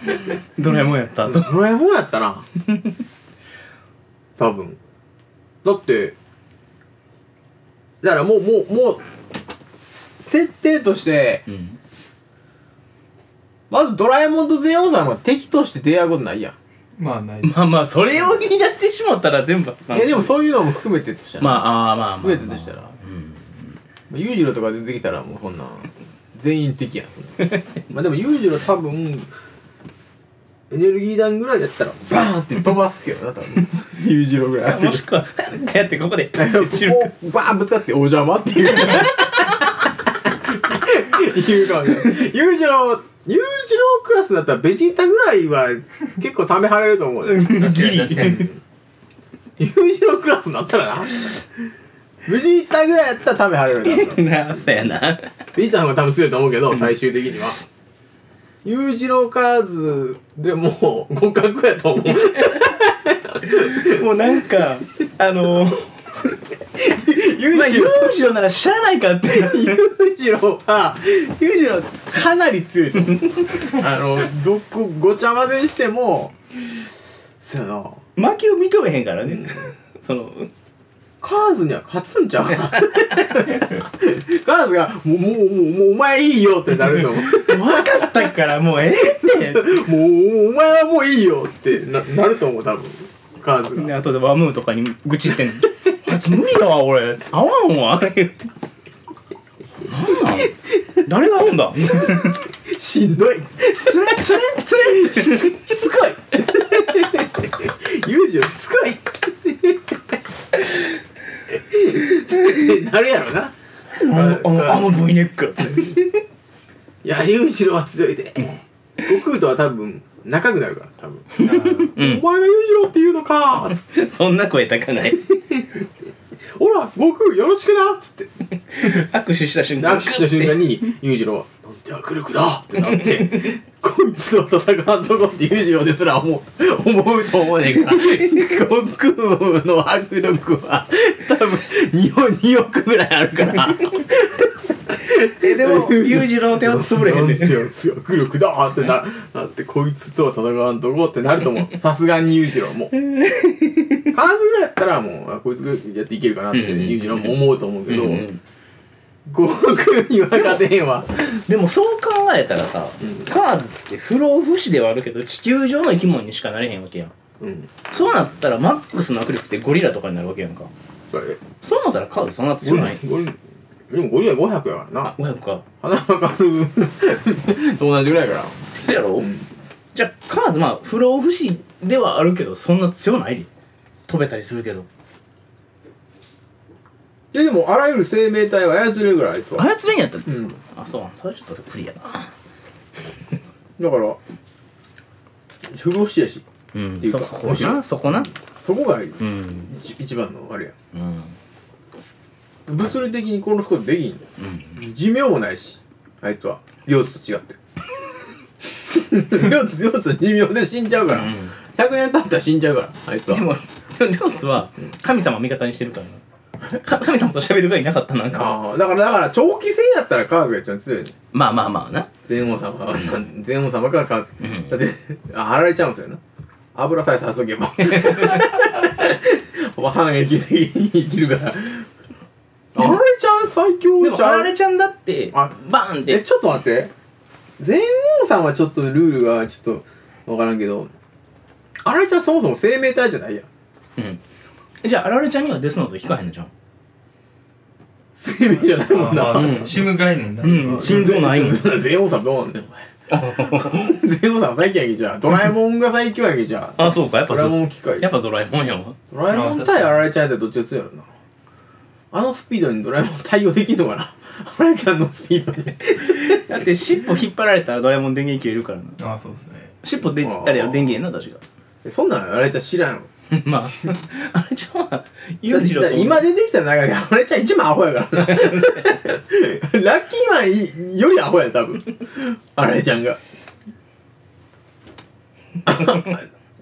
[SPEAKER 3] ドラえもんやったと
[SPEAKER 1] ドラえもんやったな多分だってだからもうもうもう設定として
[SPEAKER 3] うん
[SPEAKER 1] まずドラえもんと全王様が敵として出会うことないやん
[SPEAKER 2] まあない
[SPEAKER 3] まあまあそれを言い出してしまったら全部
[SPEAKER 1] えでもそういうのも含めてとしたら
[SPEAKER 3] まああーまあまあまあ
[SPEAKER 1] 増えたとしたら
[SPEAKER 3] うん
[SPEAKER 1] 裕次郎とか出てきたらもうこんなん全員敵やんそんなまあでも裕次郎多分エネルギー弾ぐらいやったらバーンって飛ばすけどな多分裕次郎ぐらい
[SPEAKER 3] もしくはだってここで
[SPEAKER 1] あそう
[SPEAKER 3] 散る
[SPEAKER 1] こうバーンぶつかって「お邪魔」っていう言うかもね裕次郎裕次郎クラスだったらベジータぐらいは結構ためはれると思うね
[SPEAKER 2] 確かに
[SPEAKER 3] ギリ
[SPEAKER 2] 確かに
[SPEAKER 1] 裕次郎クラスになったらなベジータぐらいやったらためはれるな
[SPEAKER 3] なそうやな
[SPEAKER 1] ビータの方が多分強いと思うけど、最終的には。裕次郎カーズでもう互角やと思う。
[SPEAKER 3] もうなんかあの
[SPEAKER 1] 裕
[SPEAKER 3] まあ
[SPEAKER 1] 次
[SPEAKER 3] 裕
[SPEAKER 1] 郎、
[SPEAKER 3] 次郎ならしゃあないかって
[SPEAKER 1] 裕次郎は、裕次郎かなり強いと思う。あの、どこ、ごちゃ混ぜにしても、その、
[SPEAKER 3] 負けを認めへんからねその
[SPEAKER 1] カーズには勝つんちゃうかなカーズが、もう、もう、もう、もうお前いいよってなると思う。
[SPEAKER 3] 分かったからもうええっ
[SPEAKER 1] もう、お前はもういいよってななると思う、多分。カーズ
[SPEAKER 3] て
[SPEAKER 1] が。
[SPEAKER 3] であとでワムーとかに愚痴ってんのあいつ無理だわ俺合わんわ言ってなんなん誰が合うんだ
[SPEAKER 1] しんどい。
[SPEAKER 3] つれつれつれ
[SPEAKER 1] しつしつこい裕次郎しつこいってなるやろな
[SPEAKER 3] あのあの V ネック
[SPEAKER 1] いや裕次郎は強いで悟空とは多分仲良くなるから多分、
[SPEAKER 3] うん
[SPEAKER 1] お前が裕次郎って言うのかーっつって
[SPEAKER 3] そんな声高ない
[SPEAKER 1] 「ほら悟空よろしくな」っつって
[SPEAKER 3] 握手した瞬
[SPEAKER 1] 握
[SPEAKER 3] 間
[SPEAKER 1] 手した瞬間に裕次郎は「なんて握力だ!」ってなってこいつと戦わんとこって裕次郎ですら思う思うと思うねんから悟空の握力は多分2億2億ぐらいあるから
[SPEAKER 3] えでも裕次郎の手は潰れへん
[SPEAKER 1] ねんて
[SPEAKER 3] で
[SPEAKER 1] 握力だってななってこいつとは戦わんとこってなると思うさすがに裕次郎もカーズぐらいやったらもうあこいつやっていけるかなって裕次郎も思うと思うけど
[SPEAKER 3] うんうん
[SPEAKER 1] 悟空には勝てへんわ
[SPEAKER 3] でもそう考えたらさ、
[SPEAKER 1] うん
[SPEAKER 3] カーズって不老不死ではあるけど地球上の生き物にしかなれへんわけやん
[SPEAKER 1] うん
[SPEAKER 3] そうなったらマックスの握力ってゴリラとかになるわけやんか
[SPEAKER 1] それ
[SPEAKER 3] そうなったらカーズそんな強ない
[SPEAKER 1] ゴリラでもゴリラ500やからな
[SPEAKER 3] あ500か
[SPEAKER 1] 花わかると 同じぐらいやか
[SPEAKER 3] そうやろ、
[SPEAKER 1] らうん
[SPEAKER 3] じゃあカーズまあ不老不死ではあるけどそんな強ないで飛べたりするけど
[SPEAKER 1] いやでもあらゆる生命体を操れるぐらいあいつは
[SPEAKER 3] 操れんやったら
[SPEAKER 1] うん
[SPEAKER 3] あそうなんそれちょっと俺不利やな
[SPEAKER 1] だから不老不死やし
[SPEAKER 3] うん
[SPEAKER 1] ていう
[SPEAKER 3] そ
[SPEAKER 1] か
[SPEAKER 3] そこ
[SPEAKER 1] 面白
[SPEAKER 3] ないそこな
[SPEAKER 1] そこがい
[SPEAKER 3] うん
[SPEAKER 1] 一一番のあれや
[SPEAKER 3] うん
[SPEAKER 1] 物理的に殺すことできん
[SPEAKER 3] うん
[SPEAKER 1] 寿命もないしあいつは両津と違って 両津両津は寿命で死んじゃうから、
[SPEAKER 3] うん
[SPEAKER 1] 100年経ったら死んじゃうからあいつ
[SPEAKER 3] で
[SPEAKER 1] は
[SPEAKER 3] もりょうつは神様味方にしてるからなか神様と喋るぐらいなかったなんか
[SPEAKER 1] ああだからだから長期戦やったらカーズが一番強いね
[SPEAKER 3] まあまあまあ な
[SPEAKER 1] 全王様はなん全王様からカーズ
[SPEAKER 3] うん
[SPEAKER 1] だって、 あ、貼られちゃうんですよな。油さえさすげば。 反撃的に生きるから。あられちゃん最
[SPEAKER 3] で
[SPEAKER 1] 強
[SPEAKER 3] も
[SPEAKER 1] じゃ
[SPEAKER 3] あ
[SPEAKER 1] ん
[SPEAKER 3] られちゃんだって
[SPEAKER 1] あ
[SPEAKER 3] バーンっ
[SPEAKER 1] え、
[SPEAKER 3] て
[SPEAKER 1] ちょっと待って。全王さんはちょっとルールがちょっとわからんけど、あられちゃんそもそも生命体じゃないやん。
[SPEAKER 3] うんじゃああられちゃんにはデスノート引かへんのじゃん
[SPEAKER 1] 生命じゃないもんな。
[SPEAKER 2] あまあ死ぬ概念だ
[SPEAKER 3] うん心臓ないもん
[SPEAKER 1] 全王さんどうなんだよ、お 前。全王さん最強やけじゃん。ドラえもんが最強やけじゃん。
[SPEAKER 3] あそうかやっぱ
[SPEAKER 1] ドラえ
[SPEAKER 3] ず
[SPEAKER 1] もん機械。
[SPEAKER 3] やっぱドラえもんやわ
[SPEAKER 1] ドラえもん対あられちゃんやったらどっちが強いのなあのスピードにドラえもん対応できんのかな あられちゃんのスピードに
[SPEAKER 3] だって尻尾引っ張られたらドラえもん電源切れるからな
[SPEAKER 2] あそうですね
[SPEAKER 3] 尻尾で
[SPEAKER 1] あー
[SPEAKER 3] あれや電源やな確か
[SPEAKER 1] えそんなんあられちゃん知らんの
[SPEAKER 3] まああられちゃんは裕次郎
[SPEAKER 1] だって今出てきた中であられちゃん一番アホやからな ラッキーマンよりアホや多分あられちゃんが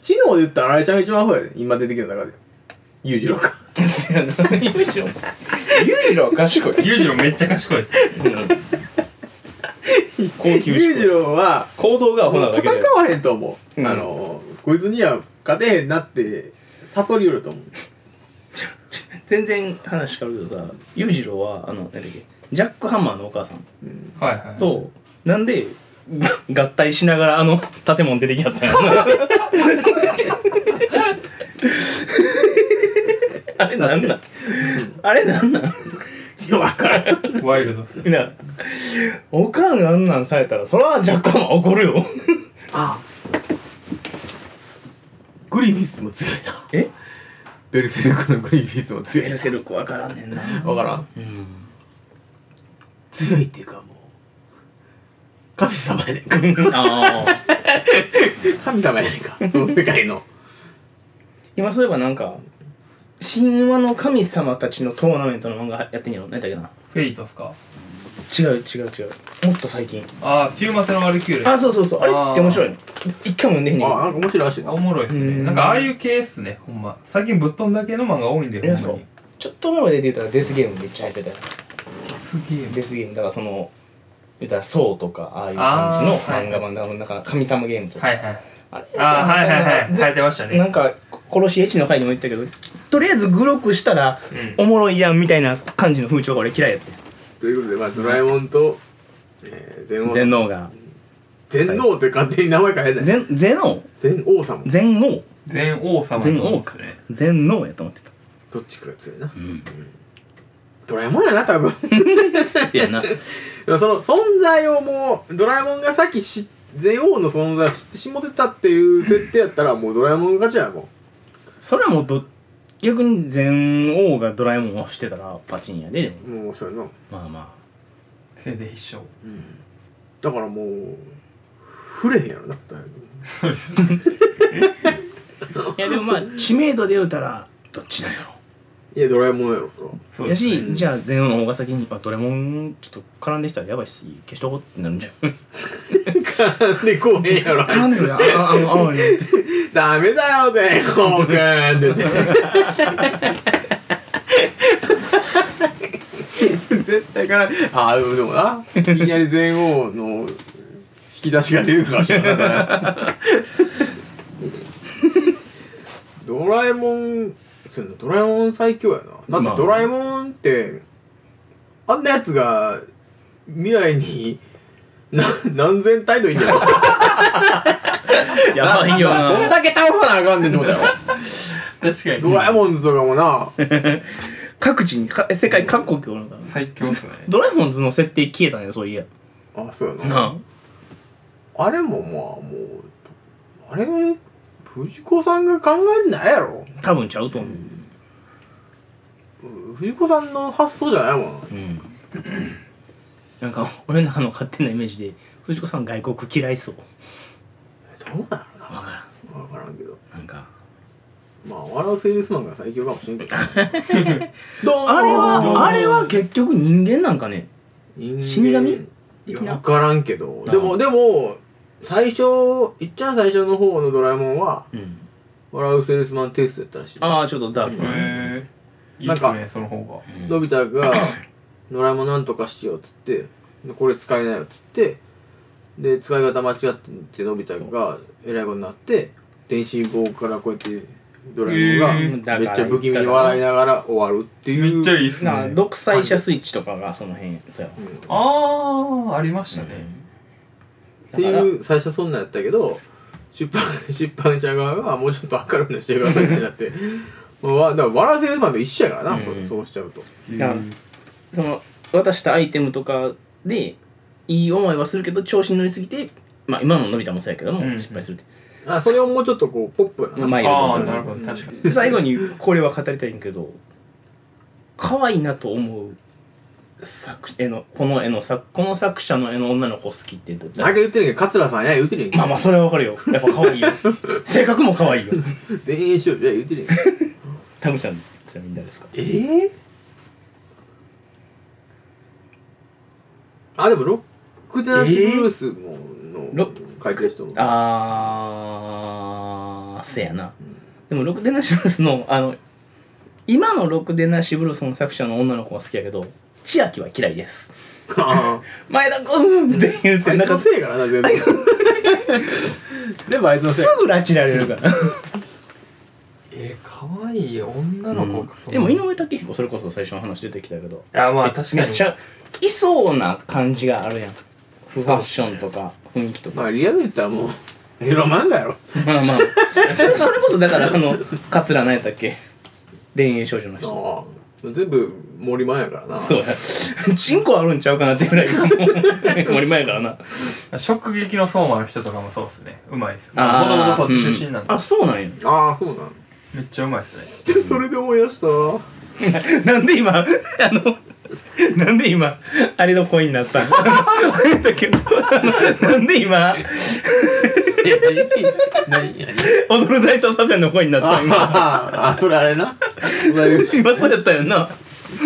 [SPEAKER 1] 知能で言ったらあれちゃんが一番アホやで今出てきた中で裕次郎か
[SPEAKER 3] そやな裕次郎裕次郎は賢い
[SPEAKER 2] 裕次郎めっちゃ賢いです。
[SPEAKER 3] 高級
[SPEAKER 1] 裕次郎は
[SPEAKER 3] 行動がアホ
[SPEAKER 1] も
[SPEAKER 3] な
[SPEAKER 1] う
[SPEAKER 3] だけ
[SPEAKER 1] 戦
[SPEAKER 3] で
[SPEAKER 1] わへんと思う、
[SPEAKER 3] うん
[SPEAKER 1] あのこいつには勝てへんなって悟りよる と思う
[SPEAKER 3] 全然話変わるけどさ裕次郎はあの何だっけジャックハンマーのお母さん
[SPEAKER 2] はいはい。
[SPEAKER 3] と、なんでが合体しながらあの建物出てきはったんやろなあれなんなんあれなんなん
[SPEAKER 1] よわ からん
[SPEAKER 2] ワイルドっすよ。
[SPEAKER 3] みんなおかんがあんなんされたらそらジャックハンマー怒るよ
[SPEAKER 1] あグリフィスも強いな
[SPEAKER 3] え
[SPEAKER 1] ベルセルクのグリフィスも強
[SPEAKER 3] ベ
[SPEAKER 1] い
[SPEAKER 3] ルセルクわからんねんな
[SPEAKER 1] わからん
[SPEAKER 3] うん
[SPEAKER 1] 強いっていうかもう神様やねんか
[SPEAKER 3] ああ
[SPEAKER 1] 神様やねんかその世界の
[SPEAKER 3] 今そういえばなんか神話の神様たちのトーナメントの漫画やってんやろ何だっけな
[SPEAKER 2] フェイトっすか
[SPEAKER 3] 違う違う違うもっと最近
[SPEAKER 2] ああ、週末のワルキューレ。
[SPEAKER 3] あそうそうそうあれって面白いの一回も読んでへんねんけど
[SPEAKER 1] あなんか面白いらしいな
[SPEAKER 2] おもろいっす
[SPEAKER 3] う
[SPEAKER 2] ね。
[SPEAKER 3] ん
[SPEAKER 2] なんかああいう系っすね、ほんま。最近ぶっ飛んだ系の漫画多いんで、
[SPEAKER 3] いや
[SPEAKER 2] ほんまに。
[SPEAKER 3] ちょっと前まで出たらデスゲームめっちゃ入ってたよ
[SPEAKER 2] すげえ。
[SPEAKER 3] デスゲームだからその言ったら「ソウ」とかああいう感じの
[SPEAKER 2] あーはい
[SPEAKER 3] 漫画版だからなんか神様ゲームとか、
[SPEAKER 2] はいはい。
[SPEAKER 3] あれ
[SPEAKER 2] ああ、はいはいはい。
[SPEAKER 3] ぜ
[SPEAKER 2] 変えてました
[SPEAKER 3] な
[SPEAKER 2] ね。
[SPEAKER 3] んか殺しエチの回にも言ったけどとりあえずグロくしたら
[SPEAKER 2] うん
[SPEAKER 3] おもろいやんみたいな感じの風潮が俺嫌いやって
[SPEAKER 1] ということでまあドラえもんと、えー、全王
[SPEAKER 3] 全能が
[SPEAKER 1] 全王って勝手に名前変えない
[SPEAKER 3] 全全能
[SPEAKER 1] 全王様
[SPEAKER 3] 全能
[SPEAKER 2] 全王様
[SPEAKER 3] 全
[SPEAKER 2] の
[SPEAKER 3] 王
[SPEAKER 2] 王で
[SPEAKER 3] か
[SPEAKER 2] すね。
[SPEAKER 3] 全能やと思ってた
[SPEAKER 1] どっちかが強いな
[SPEAKER 3] うん
[SPEAKER 1] ドラえもんやな多分
[SPEAKER 3] いやな
[SPEAKER 1] でもその存在をもうドラえもんがさっき知全王の存在を知ってしもてたっていう設定やったらもうドラえもんの勝ちやも
[SPEAKER 3] それはもうど逆に全王がドラえもんをしてたらパチンやででも
[SPEAKER 1] うもうそうやな
[SPEAKER 3] まあま
[SPEAKER 2] せいで必勝。
[SPEAKER 1] うんだからもう触れへんやろなドラえもん
[SPEAKER 2] そうです。
[SPEAKER 3] あいやでもまあ知名度で言うたらどっちなんやろ
[SPEAKER 1] いやドラえもんやろそら
[SPEAKER 2] そう
[SPEAKER 3] や
[SPEAKER 2] です
[SPEAKER 3] し、
[SPEAKER 2] ね。
[SPEAKER 3] じゃあ全王の方が先に「あドラえもんちょっと絡んできたらやばいし消しとこう」ってなるんじゃん
[SPEAKER 1] なんでこうへんやろあいつ
[SPEAKER 3] 絡んでるあああの青に
[SPEAKER 1] ダメだよ全王くんって言って絶対からああでもないきなり全王の引き出しが出てくるかもしれないからドラえもんそうやなドラえもん最強やなだってドラえもんってあんなやつが未来にな何千体のいいんじゃない
[SPEAKER 3] やばいよ
[SPEAKER 1] どん
[SPEAKER 3] な
[SPEAKER 1] だけ倒さなあかんねんって ことやろ
[SPEAKER 2] 確かに。
[SPEAKER 1] ドラえもんズとかもな、
[SPEAKER 3] 各地にか世界各国おるんだから
[SPEAKER 2] 最強っすね。
[SPEAKER 3] ドラえもんズの設定消えたねそういや
[SPEAKER 1] あ、そうやな。
[SPEAKER 3] な
[SPEAKER 1] あれもまあ、もう、あれ、藤子さんが考えてないやろ。
[SPEAKER 3] あ多分ちゃうと思う
[SPEAKER 1] う藤子さんの発想じゃないもん。
[SPEAKER 3] うんなんか俺の中の勝手なイメージで藤子さん外国嫌いそう
[SPEAKER 1] どうな
[SPEAKER 3] 分か
[SPEAKER 1] のわからんけど。
[SPEAKER 3] らんなんか
[SPEAKER 1] まあ、笑うセールスマンが最強かもしれんけど。 どう
[SPEAKER 3] あれはあれ
[SPEAKER 1] は、
[SPEAKER 3] は結局人間なんかね
[SPEAKER 1] 人間
[SPEAKER 3] 死神
[SPEAKER 1] い
[SPEAKER 3] 的
[SPEAKER 1] や
[SPEAKER 3] な
[SPEAKER 1] わからんけど。
[SPEAKER 3] あ
[SPEAKER 1] でも、でも、最初、いっちゃん最初の方のドラえもんは、
[SPEAKER 3] うん
[SPEAKER 1] 笑うセールスマンテイストやったらしい。
[SPEAKER 3] ああちょっとダークな
[SPEAKER 2] へえ。いい
[SPEAKER 1] な
[SPEAKER 2] っ
[SPEAKER 1] んか
[SPEAKER 2] すね、その方
[SPEAKER 3] うん
[SPEAKER 1] のび太が「ドラえもんなんとかしよう」っつってで「これ使えないよ」っつってで使い方間違ってのび太がえらいことになって電信棒からこうやってドラえもんが
[SPEAKER 3] えー
[SPEAKER 1] めっちゃ不気味に笑いながら終わるって
[SPEAKER 2] が。
[SPEAKER 1] いう
[SPEAKER 2] めっちゃいいっすね。
[SPEAKER 3] なんか独裁者スイッチとかがその辺そうやわ
[SPEAKER 1] うんっ
[SPEAKER 2] ああ、ありましたね。
[SPEAKER 1] て
[SPEAKER 3] だから
[SPEAKER 1] いう最初そんなんやったけど出版 出版社側がもうちょっと明るいのしてくださいってなって。 まあわだから笑わせるマンと一緒やからな、
[SPEAKER 3] うん
[SPEAKER 1] そうそうしちゃうと
[SPEAKER 2] うん
[SPEAKER 3] だからその渡したアイテムとかでいい思いはするけど調子に乗りすぎてまあ今ののび太もそうやけども、
[SPEAKER 2] うん
[SPEAKER 3] 失敗するって
[SPEAKER 1] あそれをもうちょっとこうポップな
[SPEAKER 3] まあいいよ
[SPEAKER 2] ああ、
[SPEAKER 1] な
[SPEAKER 2] なるほど、確かに。
[SPEAKER 3] で 最後にこれは語りたいんやけど可愛いなと思う作絵のこの絵の作この作者の絵の女の子好きってどう
[SPEAKER 1] 何か言ってるんやけど桂さんや言ってるんやけど
[SPEAKER 3] まあまあそれはわかるよやっぱ可 愛いよ性格も可愛いよ
[SPEAKER 1] 田園少女や言ってるやん
[SPEAKER 3] タムちゃんちなみに誰ですか
[SPEAKER 1] ええあでもロックダンスブルースもの
[SPEAKER 3] ロ
[SPEAKER 1] 書いてる人も
[SPEAKER 3] あーせやなでも「ろくでなしブルースの」あの今の「ろくでなしブルース」の作者の女の子は好きやけど千秋は嫌いです
[SPEAKER 1] あ
[SPEAKER 3] 前田君って言 っ
[SPEAKER 1] あ
[SPEAKER 3] て
[SPEAKER 1] い
[SPEAKER 3] なん
[SPEAKER 1] つの
[SPEAKER 3] か
[SPEAKER 1] せいからな全 部全部あいつのせい
[SPEAKER 3] すぐ拉致られるから
[SPEAKER 2] えー、かわいい女の子、
[SPEAKER 3] でも井上武彦それこそ最初の話出てきたけど
[SPEAKER 2] あまあ確か
[SPEAKER 3] め
[SPEAKER 2] に
[SPEAKER 3] っちゃいそうな感じがあるやんファッションとか雰囲気とか
[SPEAKER 1] まあリアル言ったらもう エロ漫画やろ
[SPEAKER 3] まあまあそれ それこそだからあの桂何やったっけ田園少女の
[SPEAKER 1] あ
[SPEAKER 3] 人
[SPEAKER 1] あ全部森マンやからな
[SPEAKER 3] そうやチンコあるんちゃうかなってぐらい もう森前やからな
[SPEAKER 2] 直撃の相馬の人とかもそうですねうまいです子
[SPEAKER 3] あー
[SPEAKER 2] 供もそっち出身なんで、
[SPEAKER 3] あそうなんや
[SPEAKER 1] ああそうなん
[SPEAKER 2] めっちゃうまいですね
[SPEAKER 1] でそれで思い出したわ
[SPEAKER 3] なんで今あのなんで今あれの声にな ったんあれだけどあのなんで今
[SPEAKER 1] 何何
[SPEAKER 3] 踊る大捜査線の声になったん今
[SPEAKER 1] ああそれあれ な
[SPEAKER 3] 今そうやったよな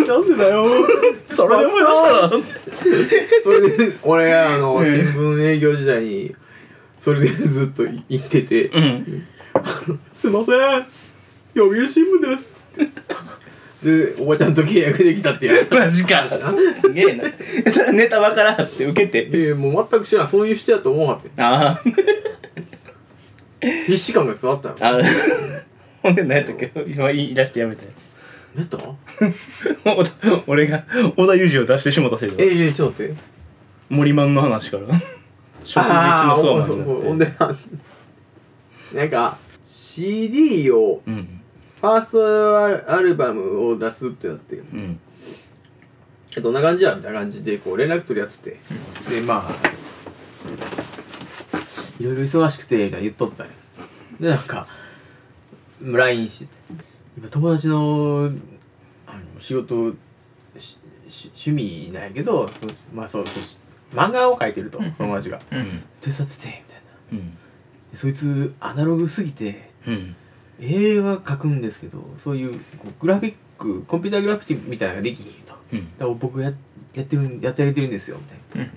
[SPEAKER 1] なんでだよ
[SPEAKER 3] それで思い出した
[SPEAKER 1] それで俺あの
[SPEAKER 3] うん
[SPEAKER 1] 新聞営業時代にそれでずっと言ってて
[SPEAKER 3] らうん
[SPEAKER 1] 「すいません読売新聞です」っつってでおばちゃんと契約できたって いう
[SPEAKER 3] マジかすげえな それネタ分からんって受けて
[SPEAKER 1] ええもう全く知らんそういう人やと思わはって
[SPEAKER 3] あー
[SPEAKER 1] 必死感が伝わったの
[SPEAKER 3] あーほんで何やったっけ今言い出してやめたやつ
[SPEAKER 1] 何やった
[SPEAKER 3] お俺が織田裕二を出してしもたせい
[SPEAKER 1] え
[SPEAKER 3] で
[SPEAKER 1] えちょっと待って
[SPEAKER 3] 森マンの話から衝撃
[SPEAKER 1] ああ
[SPEAKER 3] の
[SPEAKER 1] ー
[SPEAKER 3] 相
[SPEAKER 1] そう
[SPEAKER 3] 馬
[SPEAKER 1] そう
[SPEAKER 3] に
[SPEAKER 1] ほん
[SPEAKER 3] なっ
[SPEAKER 1] で
[SPEAKER 3] て
[SPEAKER 1] あなんか CD を
[SPEAKER 3] うん
[SPEAKER 1] ファーストアルバムを出すってなって
[SPEAKER 3] うん
[SPEAKER 1] えどんな感じやみたいな感じでこう連絡取り合っててでまあいろいろ忙しくてみたいな言っとったねでなんか LINE してて今友達のあの仕事しし趣味なんやけどそまあそうそう漫画を描いてると
[SPEAKER 2] うん
[SPEAKER 1] 友達が
[SPEAKER 2] うん
[SPEAKER 1] 「手伝ってて」みたいな
[SPEAKER 3] うん
[SPEAKER 1] でそいつアナログすぎて
[SPEAKER 3] うん
[SPEAKER 1] 絵は描くんですけどそういうこうグラフィックコンピューターグラフィティみたいなのができひんと。
[SPEAKER 3] うん
[SPEAKER 1] だから僕ややってるんやってあげてるんですよみたいな
[SPEAKER 2] うん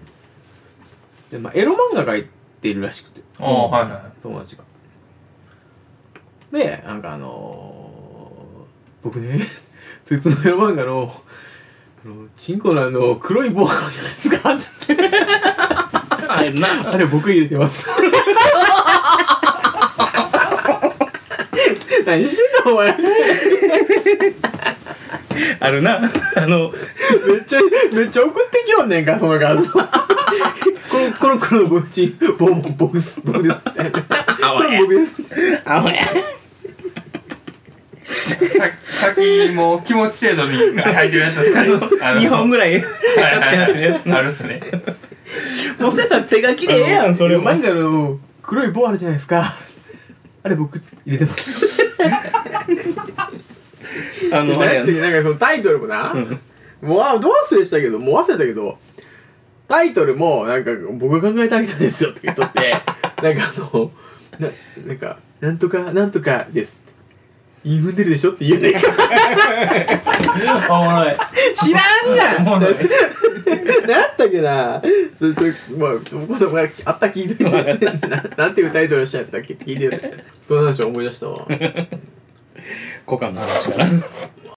[SPEAKER 1] で、まあ、エロ漫画描いてるらしくて
[SPEAKER 2] ああはいはいはい
[SPEAKER 1] 友達がでなんかあのー、僕ね そいつのエロ漫画のあのチンコのあの黒い棒あるじゃないです かって言って
[SPEAKER 3] あれな
[SPEAKER 1] あれ僕入れてます 何してんのお前
[SPEAKER 3] あるなあの
[SPEAKER 1] めっちゃ、めっちゃ送ってきよんねんか、その画 像。この、この、この僕ち、ボンボン、僕です、僕です。
[SPEAKER 3] あ
[SPEAKER 1] これ僕です。
[SPEAKER 3] あほや
[SPEAKER 2] さ先もう気持ち程度に汗入ってるやつですね あの
[SPEAKER 3] 2本ぐらいシャ
[SPEAKER 2] はい
[SPEAKER 3] シャっ
[SPEAKER 2] は
[SPEAKER 3] て
[SPEAKER 2] い
[SPEAKER 3] な
[SPEAKER 2] は
[SPEAKER 3] ってる
[SPEAKER 2] い
[SPEAKER 3] やつな
[SPEAKER 2] あるっすね
[SPEAKER 3] もうそれやったら手書きでええやんそれ
[SPEAKER 1] あの
[SPEAKER 3] マ
[SPEAKER 1] 漫画の黒い棒あるじゃないですか。あれ僕入れてます。
[SPEAKER 3] あのあれ
[SPEAKER 1] だ
[SPEAKER 3] や
[SPEAKER 1] っ
[SPEAKER 3] ん
[SPEAKER 1] て、なんかそのタイトルもな、
[SPEAKER 3] うん
[SPEAKER 1] もう、あ、どう忘れしたけど、もう忘れたけど、タイトルも、なんか、僕が考えてあげたんですよって言っと って、なんかあの、な、なんか、なんとか、なんとかですって。言い踏んでるでしょって言う ねんか。
[SPEAKER 2] おもろい
[SPEAKER 1] 知らん
[SPEAKER 2] お
[SPEAKER 1] が
[SPEAKER 2] も
[SPEAKER 1] ん
[SPEAKER 2] ろい
[SPEAKER 1] 何やったっけなそれそれまあお子様があった聞いといてななんていうタイトルの人やったっけって聞いてるその話を思い出したわ
[SPEAKER 3] 股間の話から